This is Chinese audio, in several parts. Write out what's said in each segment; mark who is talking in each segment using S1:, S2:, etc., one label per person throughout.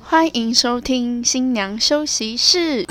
S1: 欢迎收听新娘休息室。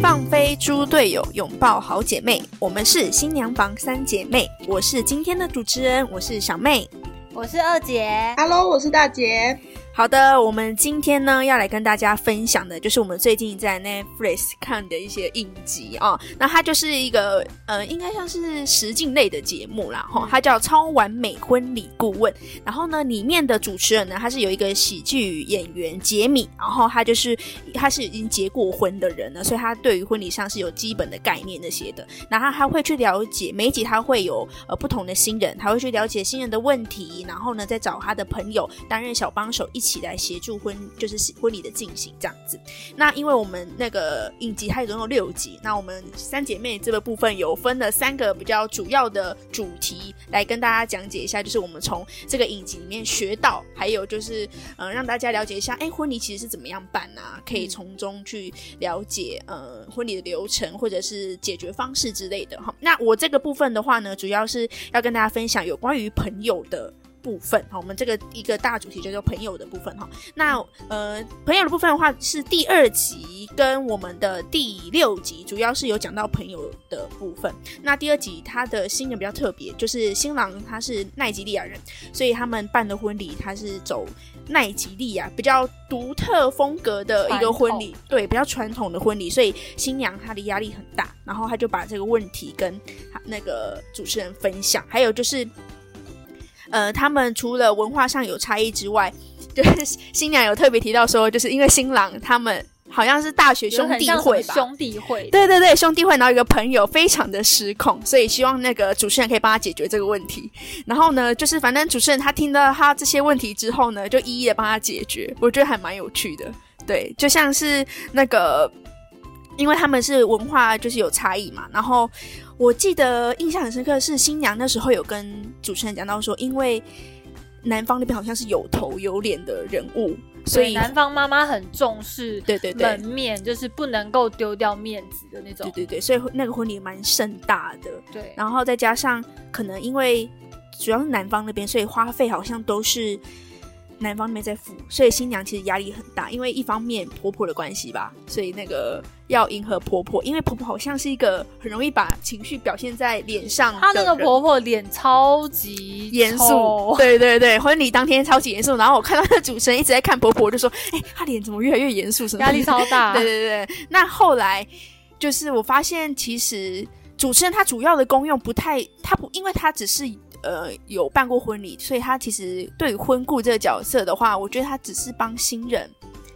S2: 放飞猪队友，拥抱好姐妹。我们是新娘房三姐妹，我是今天的主持人，我是小妹。
S3: 我是二姐，
S4: Hello，我是大姐。
S2: 好的，我们今天呢要来跟大家分享的，就是我们最近在 Netflix 看的一些影集啊、哦。那它就是一个呃，应该像是实境类的节目啦，哈、它叫《超完美婚礼顾问》。然后呢，里面的主持人呢，他是有一个喜剧演员杰米，然后他就是他是已经结过婚的人了，所以他对于婚礼上是有基本的概念那些的。然后他会去了解每一集，他会有呃不同的新人，他会去了解新人的问题，然后呢再找他的朋友担任小帮手，一起来协助婚就是婚礼的进行这样子。那因为我们那个影集它总有六集，那我们三姐妹这个部分有分了三个比较主要的主题来跟大家讲解一下，就是我们从这个影集里面学到，还有就是嗯、呃让大家了解一下，哎、婚礼其实是怎么样办啊？可以从中去了解呃婚礼的流程或者是解决方式之类的哈。那我这个部分的话呢，主要是要跟大家分享有关于朋友的。部分哈，我们这个一个大主题叫做朋友的部分哈。那呃，朋友的部分的话是第二集跟我们的第六集，主要是有讲到朋友的部分。那第二集它的新人比较特别，就是新郎他是奈及利亚人，所以他们办的婚礼他是走奈及利亚比较独特风格的一个婚礼，对，比较传统的婚礼，所以新娘她的压力很大，然后她就把这个问题跟她那个主持人分享，还有就是。呃，他们除了文化上有差异之外，就是新娘有特别提到说，就是因为新郎他们好像是大学兄弟会
S3: 有很像什
S2: 吧
S3: 么，兄弟会，
S2: 对对对，兄弟会，然后有一个朋友非常的失控，所以希望那个主持人可以帮他解决这个问题。然后呢，就是反正主持人他听到他这些问题之后呢，就一一的帮他解决，我觉得还蛮有趣的。对，就像是那个，因为他们是文化就是有差异嘛，然后。我记得印象很深刻的是新娘那时候有跟主持人讲到说，因为男方那边好像是有头有脸的人物，所以
S3: 南方妈妈很重视
S2: 对对对
S3: 门面，就是不能够丢掉面子的
S2: 对
S3: 那种。
S2: 对对，所以那个婚礼蛮盛大的。
S3: 对，
S2: 然后再加上可能因为主要是南方那边，所以花费好像都是南方那边在付，所以新娘其实压力很大，因为一方面婆婆的关系吧，所以那个要迎合婆婆，因为婆婆好像是一个很容易把情绪表现在脸上的
S3: 她那个
S2: 人
S3: 婆婆脸超级
S2: 严肃，
S3: 臭，
S2: 对对对，婚礼当天超级严肃。然后我看到那主持人一直在看婆婆，我就说：“哎、她脸怎么越来越严肃？什么
S3: 压力超 大。
S2: 对对对，那后来就是我发现，其实主持人他主要的功用不太，他不，因为他只是呃有办过婚礼，所以他其实对于婚顾这个角色的话，我觉得他只是帮新人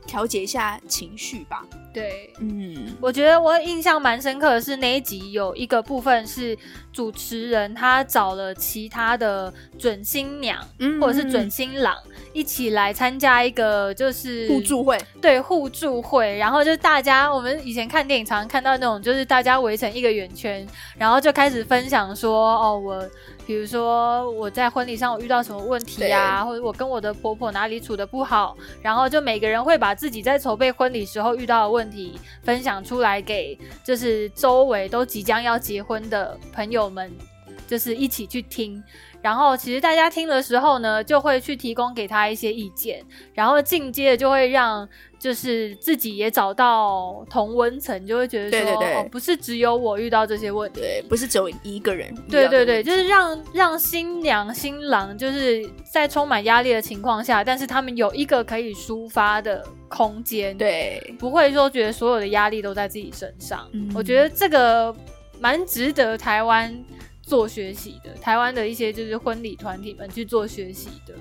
S2: 调节一下情绪吧。
S3: 对
S2: 嗯，
S3: 我觉得我印象蛮深刻的是那一集有一个部分是主持人他找了其他的准新娘
S2: 嗯
S3: 或者是准新郎一起来参加一个就是
S2: 互助会，
S3: 对互助会，然后就大家我们以前看电影常常看到那种，就是大家围成一个圆圈，然后就开始分享说，哦，我比如说我在婚礼上我遇到什么问题啊，或者我跟我的婆婆哪里处的不好，然后就每个人会把自己在筹备婚礼时候遇到的问题分享出来给就是周围都即将要结婚的朋友们，就是一起去听。然后其实大家听的时候呢，就会去提供给他一些意见，然后进阶就会让就是自己也找到同温层，就会觉得说
S2: 对对对
S3: 哦，不是只有我遇到这些问题。
S2: 对，不是只有你一个人遇到的
S3: 对
S2: 问题，
S3: 对对，就是让让新娘新郎就是在充满压力的情况下，但是他们有一个可以抒发的空间，，
S2: 对，
S3: 不会说觉得所有的压力都在自己身上。
S2: 嗯
S3: 我觉得这个蛮值得台湾做学习的，台湾的一些就是婚礼团体们去做学习的。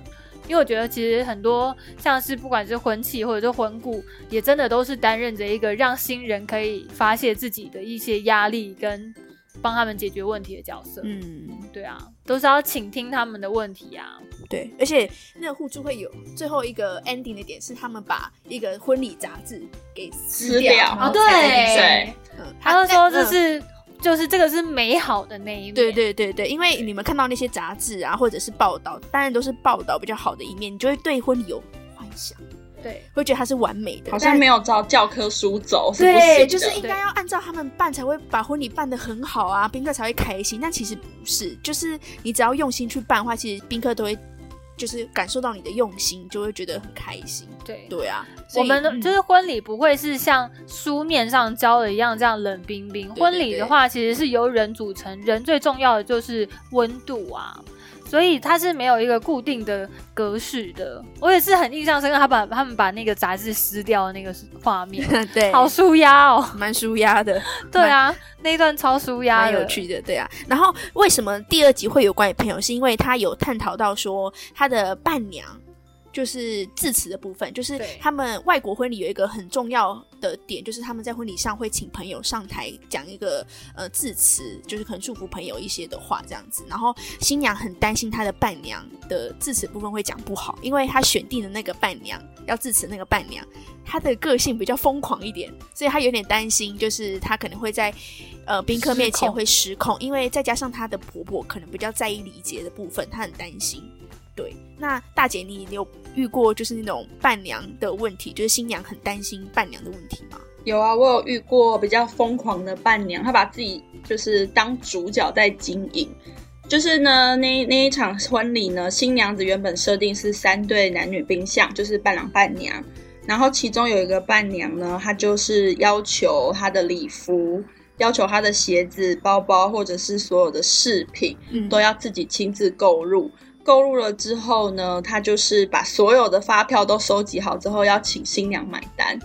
S3: 因为我觉得其实很多像是不管是婚庆或者是婚顾，也真的都是担任着一个让新人可以发泄自己的一些压力跟帮他们解决问题的角色。
S2: 嗯。
S3: 对啊，都是要倾听他们的问题啊。
S2: 对，而且那个互助会有最后一个 ending 的点是，他们把一个婚礼杂志给撕
S4: 撕
S2: 掉，
S4: 掉
S2: 然后
S4: 哦
S2: 才印上
S4: 对，
S2: 嗯
S3: 他们说这
S2: 嗯
S3: 是、就是这个是美好的那一面。
S2: 对对对对，因为你们看到那些杂志啊，或者是报道，当然都是报道比较好的一面，你就会对婚礼有幻想。
S3: 对，
S2: 会觉得它是完美的，
S4: 好像
S2: 但
S4: 没有照教科书走，是不
S2: 对，
S4: 行
S2: 就是
S4: 的
S2: 应该要按照他们办，才会把婚礼办得很好啊，宾客才会开心。但其实不是，就是你只要用心去办的话，其实宾客都会就是感受到你的用心，就会觉得很开心。
S3: 对。
S2: 对啊，所
S3: 我
S2: 以
S3: 们的
S2: 嗯
S3: 就是婚礼不会是像书面上教的一样这样冷冰冰，
S2: 对
S3: 婚礼的话其实是由人组成，人最重要的就是温度啊，所以它是没有一个固定的格式的。我也是很印象深刻，他把他们把那个杂志撕掉的那个画面，
S2: 对，
S3: 好舒压哦。
S2: 蛮舒压的，
S3: 对啊，那一段超舒压
S2: 蛮
S3: 的，
S2: 有趣的，对啊。然后为什么第二集会有关于朋友，是因为他有探讨到说他的伴娘。就是致辞的部分，就是
S3: 对
S2: 他们外国婚礼有一个很重要的点，就是他们在婚礼上会请朋友上台讲一个呃致辞，就是可能祝福朋友一些的话这样子。然后新娘很担心她的伴娘的致辞部分会讲不好，因为她选定的那个伴娘要致辞那个伴娘，她的个性比较疯狂一点，所以她有点担心，就是她可能会在呃宾客面
S3: 失
S2: 前
S3: 控
S2: 会失控，因为再加上她的婆婆可能比较在意礼节的部分，她很担心。对，那大姐你你有遇过就是那种伴娘的问题，就是新娘很担心伴娘的问题吗？
S4: 有啊，我有遇过比较疯狂的伴娘，她把自己就是当主角在经营。就是呢，那那一场婚礼呢，新娘子原本设定是三对男女宾相，就是伴郎伴娘。然后其中有一个伴娘呢，她就是要求她的礼服、要求她的鞋子、包包或者是所有的饰品
S2: 嗯
S4: 都要自己亲自购入。购入了之后呢，她就是把所有的发票都收集好之后，要请新娘买单。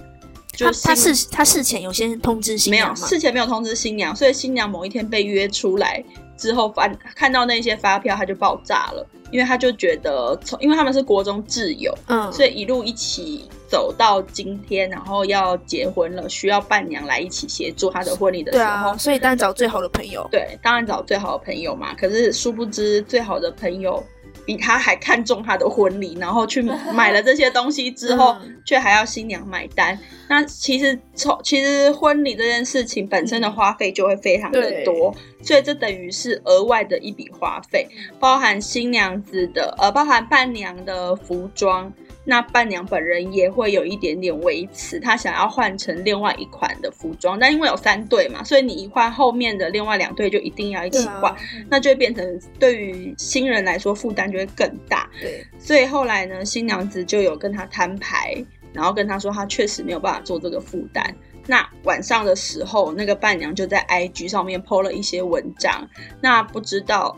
S4: 就
S2: 她她
S4: 新
S2: 事她事前有先通知新
S4: 没
S2: 娘
S4: 有，
S2: 吗？
S4: 事前没有通知新娘，所以新娘某一天被约出来之后，发看到那些发票，她就爆炸了，因为她就觉得从，因为他们是国中挚友，
S2: 嗯，
S4: 所以一路一起走到今天，然后要结婚了，需要伴娘来一起协助她的婚礼的
S2: 对
S4: 时候，
S2: 啊，所以当然找最好的朋友。
S4: 对，当然找最好的朋友嘛。可是殊不知，最好的朋友比他还看重他的婚礼，然后去买了这些东西之后
S2: 嗯，
S4: 却还要新娘买单。那其实从其实婚礼这件事情本身的花费就会非常的
S2: 嗯对
S4: 多，所以这等于是额外的一笔花费，包含新娘子的呃，包含伴娘的服装。那伴娘本人也会有一点点维持，她想要换成另外一款的服装，但因为有三对嘛，所以你一换后面的另外两对就一定要一
S2: 对
S4: 起
S2: 啊
S4: 换，那就会变成对于新人来说负担就会更大。
S2: 对，
S4: 所以后来呢，新娘子就有跟他摊牌，然后跟他说她确实没有办法做这个负担。那晚上的时候，那个伴娘就在 IG 上面 PO 了一些文章，那不知道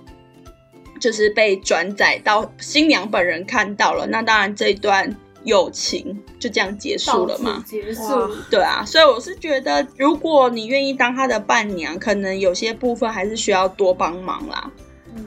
S4: 就是被转载到新娘本人看到了，那当然这段友情就这样结束了嘛
S3: 到。此结
S2: 哇
S3: 束。
S4: 对啊，所以我是觉得，如果你愿意当他的伴娘，可能有些部分还是需要多帮忙啦。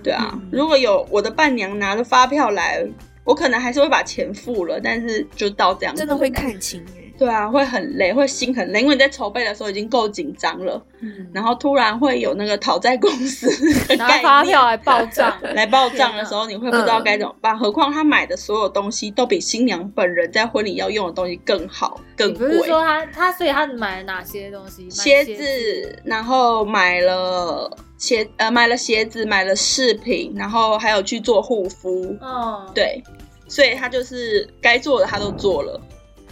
S4: 对啊，
S3: 嗯
S4: 如果有我的伴娘拿着发票来，我可能还是会把钱付了，但是就到这样子
S2: 真的会。看清哎。
S4: 对啊，会很累，会心很累，因为你在筹备的时候已经够紧张了，
S2: 嗯，
S4: 然后突然会有那个讨债公司的 概
S3: 拿
S4: 念，
S3: 发票来报账
S4: 来报账的时候，你会不知道该怎么办。何况他买的所有东西都比新娘本人在婚礼要用的东西更好、更
S3: 你不是
S4: 贵。
S3: 说他他，所以他买了哪些东西？买
S4: 鞋，子，然后买了鞋呃买了鞋子，买了饰品，然后还有去做护肤，
S3: 嗯，，
S4: 对，所以他就是该做的他都做了，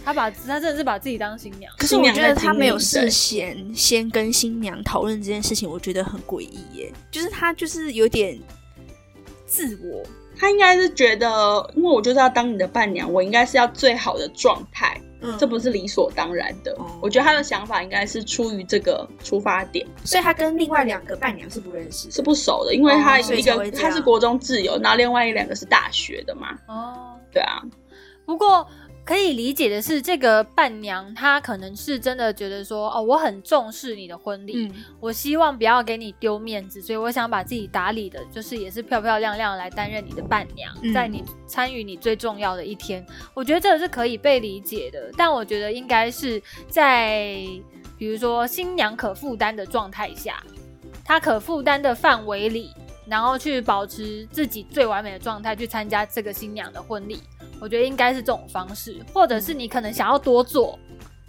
S3: 他把他真的是把自己当新娘，
S2: 可是我觉得他没有
S4: 新
S2: 事
S4: 娘在
S2: 先先跟新娘讨论这件事情，我觉得很诡异耶。就是他就是有点自我，
S4: 他应该是觉得，因为我就是要当你的伴娘，我应该是要最好的状态，
S2: 嗯
S4: 这不是理所当然的
S2: 哦。
S4: 我觉得他的想法应该是出于这个出发点，
S2: 所以他跟另外两个伴娘是不认识的。
S4: 是不熟的，因为
S2: 哦
S4: 他
S2: 所以
S4: 一
S2: 才
S4: 个、
S2: 会这样
S4: 他是国中挚友，那另外一两个是大学的嘛，
S3: 哦。
S4: 对啊，
S3: 不过可以理解的是，这个伴娘她可能是真的觉得说，哦，我很重视你的婚礼，
S2: 嗯，
S3: 我希望不要给你丢面子，所以我想把自己打理的，就是也是漂漂亮亮来担任你的伴娘，
S2: 嗯
S3: 在你参与你最重要的一天，我觉得这个是可以被理解的，但我觉得应该是在比如说新娘可负担的状态下，她可负担的范围里。然后去保持自己最完美的状态去参加这个新娘的婚礼，我觉得应该是这种方式，或者是你可能想要多做，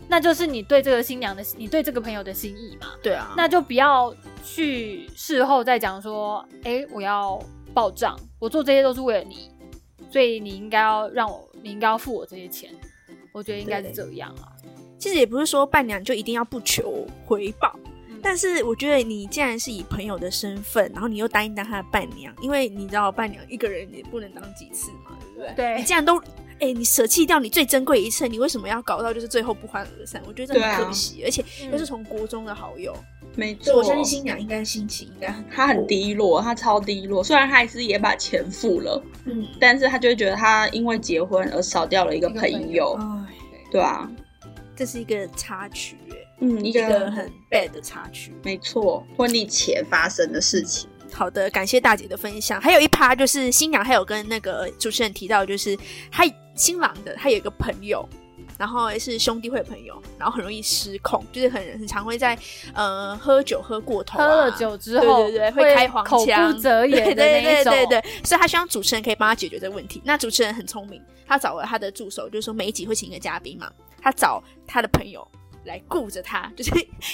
S3: 那就是你对这个新娘的，你对这个朋友的心意嘛。
S2: 对啊，
S3: 那就不要去事后再讲说，哎、我要报账，我做这些都是为了你，所以你应该要让我，你应该要付我这些钱。我觉得应该是这样啊。
S2: 其实也不是说伴娘就一定要不求回报，
S3: 嗯
S2: 但是我觉得你既然是以朋友的身份，然后你又答应当他的伴娘，因为你知道伴娘一个人也不能当几次嘛，对不对？ 你
S3: 对，
S2: 既然都哎、你舍弃掉你最珍贵一次，你为什么要搞到就是最后不欢而散？我觉得这很可惜，而且又是从国中的好友，
S4: 没
S2: 所以
S4: 错，
S2: 啊我相信新娘应该心情应该很
S4: 他很低落，他超低落。虽然他还是也把钱付了，
S2: 嗯，
S4: 但是他就会觉得他因为结婚而少掉了一个朋
S3: 一个朋
S4: 友，
S2: 哎，
S4: 对啊，
S2: 这是一个插曲、哎
S4: 嗯，一
S2: 一个
S4: 个
S2: 很 bad 的插曲。
S4: 没错，婚礼前发生的事情。
S2: 好的，感谢大姐的分享。还有一趴就是新娘还有跟那个主持人提到，就是她新郎的他有一个朋友，然后是兄弟会的朋友，然后很容易失控，就是很很常会在呃喝酒喝过头、
S3: 喝
S2: 啊，
S3: 了酒之后，
S2: 对对对，
S3: 会
S2: 开黄
S3: 口
S2: 腔，
S3: 不择言 的
S2: 对
S3: 那
S2: 对
S3: 一种。
S2: 对对对，所以他希望主持人可以帮他解决这个问题。那主持人很聪明，他找了他的助手，就是说每一集会请一个嘉宾嘛，他找他的朋友。来顾着他，就是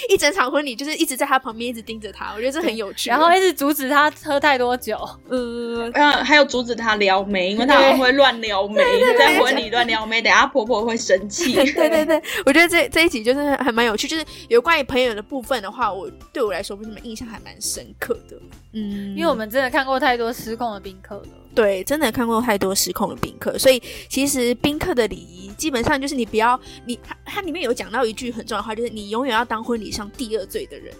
S2: 一整场婚礼，就是一直在他旁边，一直盯着他。我觉得这很有趣。
S3: 然后一直阻止他喝太多酒，
S2: 呃，
S4: 嗯，还有阻止他撩妹，因为他好像会乱撩妹，在婚礼乱撩妹，等下婆婆会生气。
S2: 对对对，我觉得这这一集就是还蛮有趣，就是有关于朋友的部分的话，我对我来说，为什么印象还蛮深刻的？嗯，
S3: 因为我们真的看过太多失控的宾客了。
S2: 对真的看过太多失控的宾客，所以其实宾客的礼仪基本上就是你不要你它它里面有讲到一句很重要的话，就是你永远要当婚礼上第二醉的人，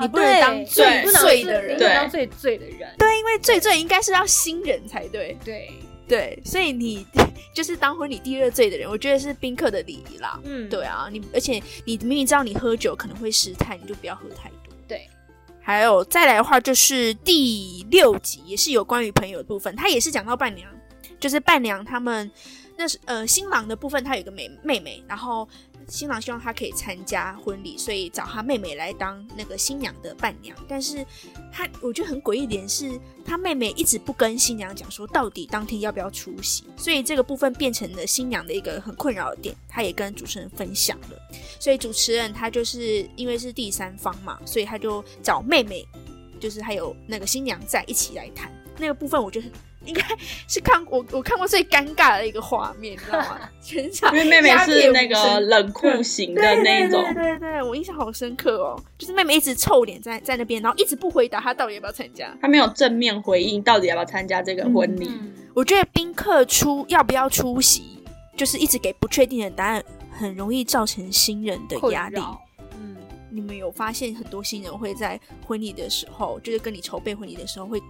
S2: 你不能
S3: 啊
S2: 当
S3: 对
S2: 最
S3: 你不能
S2: 醉的人
S3: 你不能
S4: 对
S3: 当最醉的人。
S2: 因为最醉应该是要新人才对。
S3: 对，
S2: 对，所以你就是当婚礼第二醉的人，我觉得是宾客的礼仪啦。
S3: 嗯，
S2: 对啊，你而且你明明知道你喝酒可能会失态，你就不要喝太多。
S3: 对，
S2: 还有再来的话就是第六集，也是有关于朋友的部分，他也是讲到伴娘，就是伴娘他们那是呃新郎的部分，他有一个妹妹妹，然后新郎希望她可以参加婚礼，所以找他妹妹来当那个新娘的伴娘，但是他我觉得很诡异一点是，他妹妹一直不跟新娘讲说到底当天要不要出席，所以这个部分变成了新娘的一个很困扰的点，她也跟主持人分享了。所以主持人他就是因为是第三方嘛，所以他就找妹妹，就是还有那个新娘在一起来谈那个部分，我觉得应该是看我我看过最尴尬的一个画面，你知道吗？ 全场
S4: 因为妹妹
S2: 鸦
S4: 是
S2: 片
S4: 那
S2: 无声
S4: 个冷酷型的那一种
S2: 对，对对对对，我印象好深刻哦，就是妹妹一直臭脸在在那边，然后一直不回答她到底要不要参加。
S4: 她没有正面回应到底要不要参加这个婚礼。
S3: 嗯，
S2: 我觉得宾客出要不要出席，就是一直给不确定的答案，很容易造成新人的
S3: 困
S2: 压力。
S3: 扰。嗯，
S2: 你们有发现很多新人会在婚礼的时候，就是跟你筹备婚礼的时候，会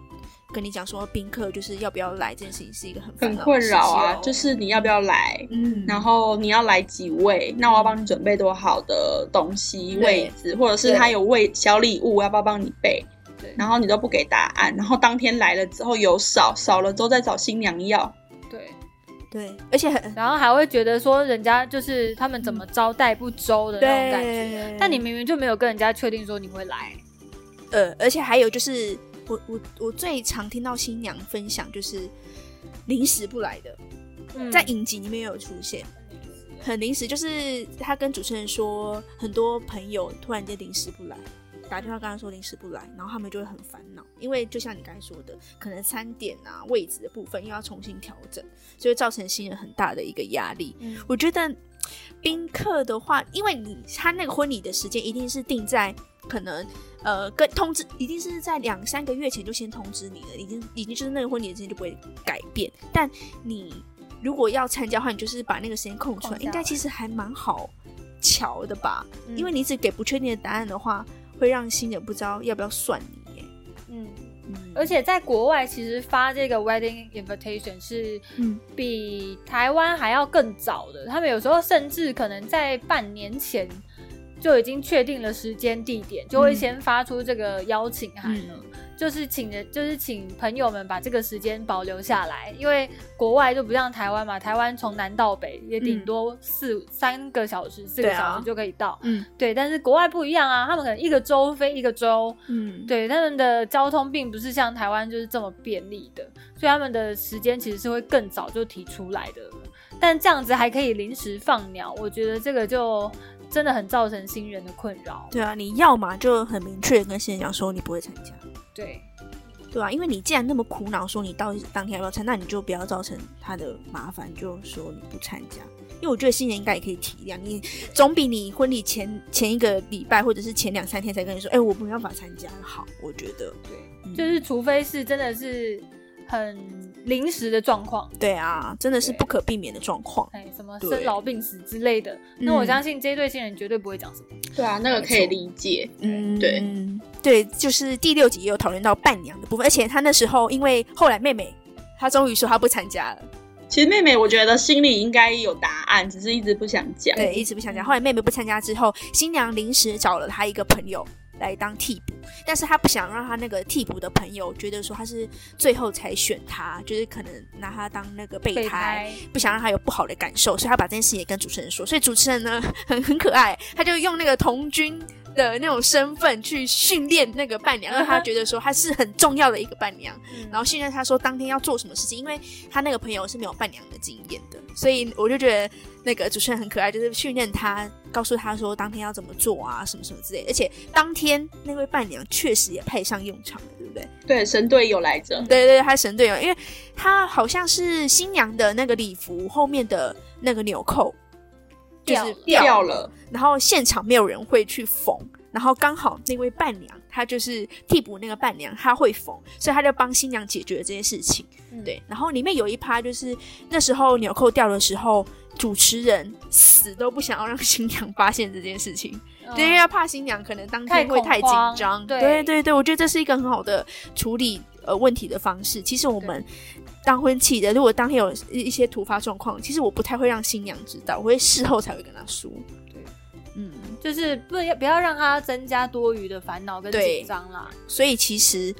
S2: 跟你讲说宾客就是要不要来这件事情是一个很
S4: 很
S2: 很
S4: 困扰啊，
S3: 是
S4: 就
S3: 哦
S4: 是你要不要来，
S2: 嗯，
S4: 然后你要来几位，那我要帮你准备多好的东西、
S2: 对
S4: 位置，或者是
S2: 对
S4: 他有位小礼物，要不要帮你备
S3: 对？
S4: 然后你都不给答案，然后当天来了之后有少，少了之后再找新娘要。
S3: 对。
S2: 对，而且很
S3: 然后还会觉得说人家就是他们怎么招待不周的那种感觉。
S2: 对，
S3: 但你明明就没有跟人家确定说你会来，
S2: 呃，而且还有就是，我我我最常听到新娘分享就是临时不来的，
S3: 嗯
S2: 在影集里面也有出现，很临时，就是她跟主持人说，很多朋友突然间临时不来，打电话跟她说临时不来，然后他们就会很烦恼，因为就像你刚才说的，可能餐点啊位置的部分又要重新调整，就会造成新人很大的一个压力。
S3: 嗯
S2: 我觉得宾客的话，因为你他那个婚礼的时间一定是定在可能呃跟通知，一定是在两三个月前就先通知你了，已经已经就是那个婚礼的时间就不会改变。但你如果要参加的话，你就是把那个时间空出来，
S3: 空下来
S2: 应该其实还蛮好瞧的吧？
S3: 嗯
S2: 因为你一直给不确定的答案的话，会让新人不知道要不要算你耶。
S3: 嗯，
S2: 嗯，
S3: 而且在国外其实发这个 wedding invitation 是
S2: 嗯
S3: 比台湾还要更早的，他们有时候甚至可能在半年前就已经确定了时间地点，就会
S2: 嗯
S3: 先发出这个邀请函了。就是请人，就是请朋友们把这个时间保留下来，因为国外就不像台湾嘛，台湾从南到北也顶多四、三个小时、四
S2: 嗯
S3: 个
S2: 对啊
S3: 小时就可以到。
S2: 嗯
S3: 对，但是国外不一样啊，他们可能一个州飞一个州，
S2: 嗯，
S3: 对，他们的交通并不是像台湾就是这么便利的，所以他们的时间其实是会更早就提出来的。但这样子还可以临时放鸟，我觉得这个就真的很造成新人的困扰。
S2: 对啊，你要嘛就很明确地跟新人讲说你不会参加。
S3: 对，
S2: 对啊，因为你既然那么苦恼，说你到底当天要不要参，那你就不要造成他的麻烦，就说你不参加。因为我觉得新人应该也可以体谅你，总比你婚礼前前一个礼拜或者是前两三天才跟你说，哎、我没办法参加，好，我觉得
S4: 对，
S2: 嗯
S3: 就是除非是真的是很临时的状况，
S2: 对啊，真的是不可避免的状况。
S3: 哎，什么
S2: 对
S3: 生老病死之类的，那我
S2: 嗯
S3: 相信这一对新人绝对不会讲什么。
S4: 对啊，那个可以理解。
S2: 嗯，
S4: 对
S2: 对，就是第六集也有讨论到伴娘的部分，而且她那时候因为后来妹妹她终于说她不参加了，
S4: 其实妹妹我觉得心里应该有答案，只是一直不想讲。
S2: 对，一直不参
S3: 嗯
S2: 加。后来妹妹不参加之后，新娘临时找了她一个朋友来当替补，但是她不想让她那个替补的朋友觉得说她是最后才选她，就是可能拿她当那个备胎，
S3: 备胎，
S2: 不想让她有不好的感受，所以她把这件事情也跟主持人说。所以主持人呢 很很可爱，他就用那个童军。的那种身份去训练那个伴娘，让她觉得说她是很重要的一个伴娘。
S3: 嗯
S2: 然后信任他说当天要做什么事情，因为他那个朋友是没有伴娘的经验的，所以我就觉得那个主持人很可爱，就是训练他，告诉他说当天要怎么做啊，什么什么之类的。而且当天那位伴娘确实也派上用场了，对不对？
S4: 对，神队友来着。
S2: 对对，对他神队友，因为他好像是新娘的那个礼服后面的那个纽扣就是掉
S4: 掉了，
S2: 然后现场没有人会去缝，然后刚好那位伴娘她就是替补那个伴娘，她会缝，所以她就帮新娘解决了这件事情。
S3: 嗯
S2: 对，然后里面有一趴就是那时候纽扣掉的时候，主持人死都不想要让新娘发现这件事情，
S3: 嗯
S2: 对，因为她怕新娘可能当
S3: 太
S2: 天会
S3: 恐
S2: 太紧
S3: 慌
S2: 张。
S3: 对
S2: 对对对，我觉得这是一个很好的处理呃问题的方式。其实我们当婚期的，如果当天有一一些突发状况，其实我不太会让新娘知道，我会事后才会跟她说。
S4: 对，
S2: 嗯，
S3: 就是不要不要让他增加多余的烦恼跟
S2: 对
S3: 紧张啦。
S2: 所以其实，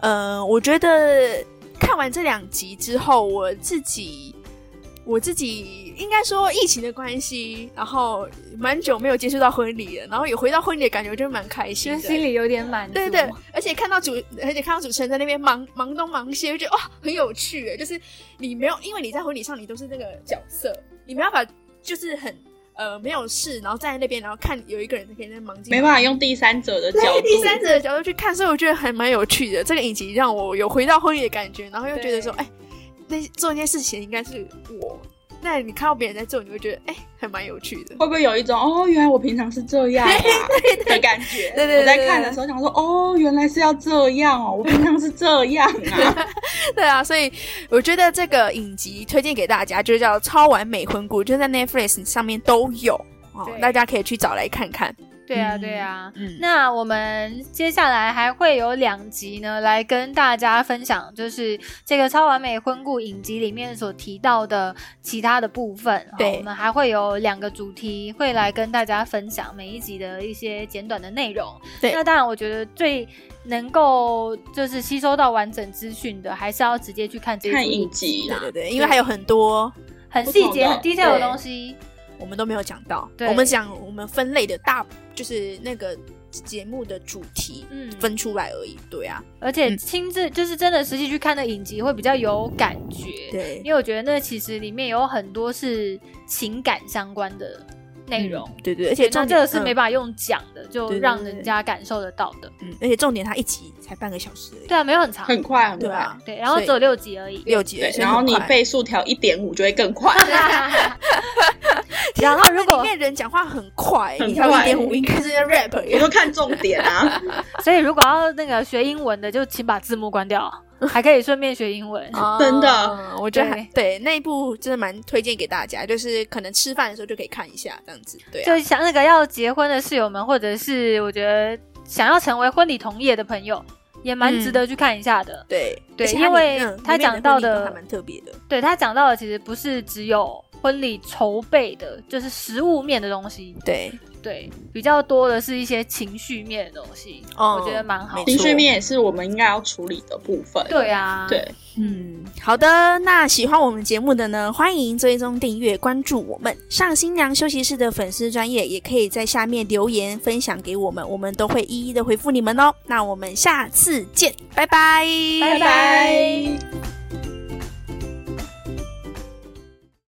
S2: 呃，我觉得看完这两集之后，我自己。我自己应该说疫情的关系，然后蛮久没有接触到婚礼了，然后也回到婚礼的感觉，我觉得蛮开心的。
S3: 其实心里有点满足，
S2: 对对，对，而且看到主，而且看到主持人在那边忙忙东忙西，就觉得哇、很有趣耶。就是你没有，因为你在婚礼上你都是那个角色，你没办法就是很呃没有事，然后站在那边，然后看有一个人在那边忙进，
S4: 没办法用第三者的角
S2: 对
S4: 度。
S2: 第三者的角度去看，所以我觉得还蛮有趣的。这个影集让我有回到婚礼的感觉，然后又觉得说，
S3: 对
S2: 哎，那做那件事情应该是我。那你看到别人在做，你会觉得哎，还蛮有趣的。
S4: 会不会有一种哦，原来我平常是这样啊的感觉？
S2: 对对对
S4: 我在看的时候想说，哦，原来是要这样哦，我平常是这样啊。
S2: 对啊，所以我觉得这个影集推荐给大家，就叫《超完美婚故》，就在 Netflix 上面都有哦
S3: 对，
S2: 大家可以去找来看看。
S3: 对啊
S2: 嗯
S3: 对啊。
S2: 嗯，
S3: 那我们接下来还会有两集呢，来跟大家分享，就是这个《超完美婚故》影集里面所提到的其他的部分。好
S2: 对
S3: 我们还会有两个主题会来跟大家分享每一集的一些简短的内容。
S2: 对
S3: 那当然，我觉得最能够就是吸收到完整资讯的，还是要直接去看这一
S4: 看
S3: 集
S4: 影集
S2: 对
S4: 啦，
S2: 对对，因为还有很多
S3: 很细
S4: 不同
S3: 节、
S4: 的
S3: 很 detail 的
S2: 对
S3: 东西。
S2: 我们都没有讲到，
S3: 对
S2: 我们讲我们分类的大，就是那个节目的主题
S3: 嗯，
S2: 分出来而已。对啊，
S3: 而且
S2: 嗯
S3: 亲自就是真的实际去看的影集会比较有感觉，
S2: 对，
S3: 因为我觉得那其实里面有很多是情感相关的内容，
S2: 嗯对对，而且
S3: 那
S2: 重
S3: 这
S2: 点
S3: 个是没办法用讲的，就
S2: 对对
S3: 让
S2: 对
S3: 人家感受得到的。
S2: 嗯，嗯而且重点它一集才半个小时而已。
S3: 对啊，没有很长，
S4: 很快很
S2: 对
S4: 快
S2: 啊。，
S3: 对，然后
S2: 所以
S3: 只有六集而已。
S2: 六集而
S4: 对
S2: 已，，所以
S4: 然后
S2: 很
S4: 你
S2: 快
S4: 倍速调一点五就会更快。
S3: 然后如
S2: 里
S3: 果
S2: 面人讲话很快，
S4: 很
S2: 你看一
S4: 快
S2: 点五应该是在 rap 一
S4: 我
S2: 样
S4: 就看重点啊，
S3: 所以如果要那个学英文的，就请把字幕关 掉，还可以顺便学英文。
S4: 真的
S2: 哦我觉得还
S3: 对
S2: 对那一部真的蛮推荐给大家，就是可能吃饭的时候就可以看一下这样子，对啊，
S3: 就想那个要结婚的室友们，或者是我觉得想要成为婚礼同业的朋友，也蛮
S2: 嗯
S3: 值得去看一下的。
S2: 对
S3: 对
S2: 而且它
S3: 因为
S2: 里嗯
S3: 它
S2: 里面
S3: 讲到
S2: 婚礼
S3: 的
S2: 都还蛮特别的，
S3: 对他讲到的，其实不是只有婚礼筹备的，就是实物面的东西，
S2: 对，
S3: 对，比较多的是一些情绪面的东西，
S2: 哦
S3: 我觉得蛮好
S2: 没错
S3: 的。
S4: 情绪面也是我们应该要处理的部分。
S3: 对啊，
S4: 对，
S2: 嗯，好的，那喜欢我们节目的呢，欢迎追踪订阅关注我们上新娘休息室的粉丝专业，也可以在下面留言分享给我们，我们都会一一的回复你们哦。那我们下次见，拜拜，
S3: 拜拜
S4: 拜拜。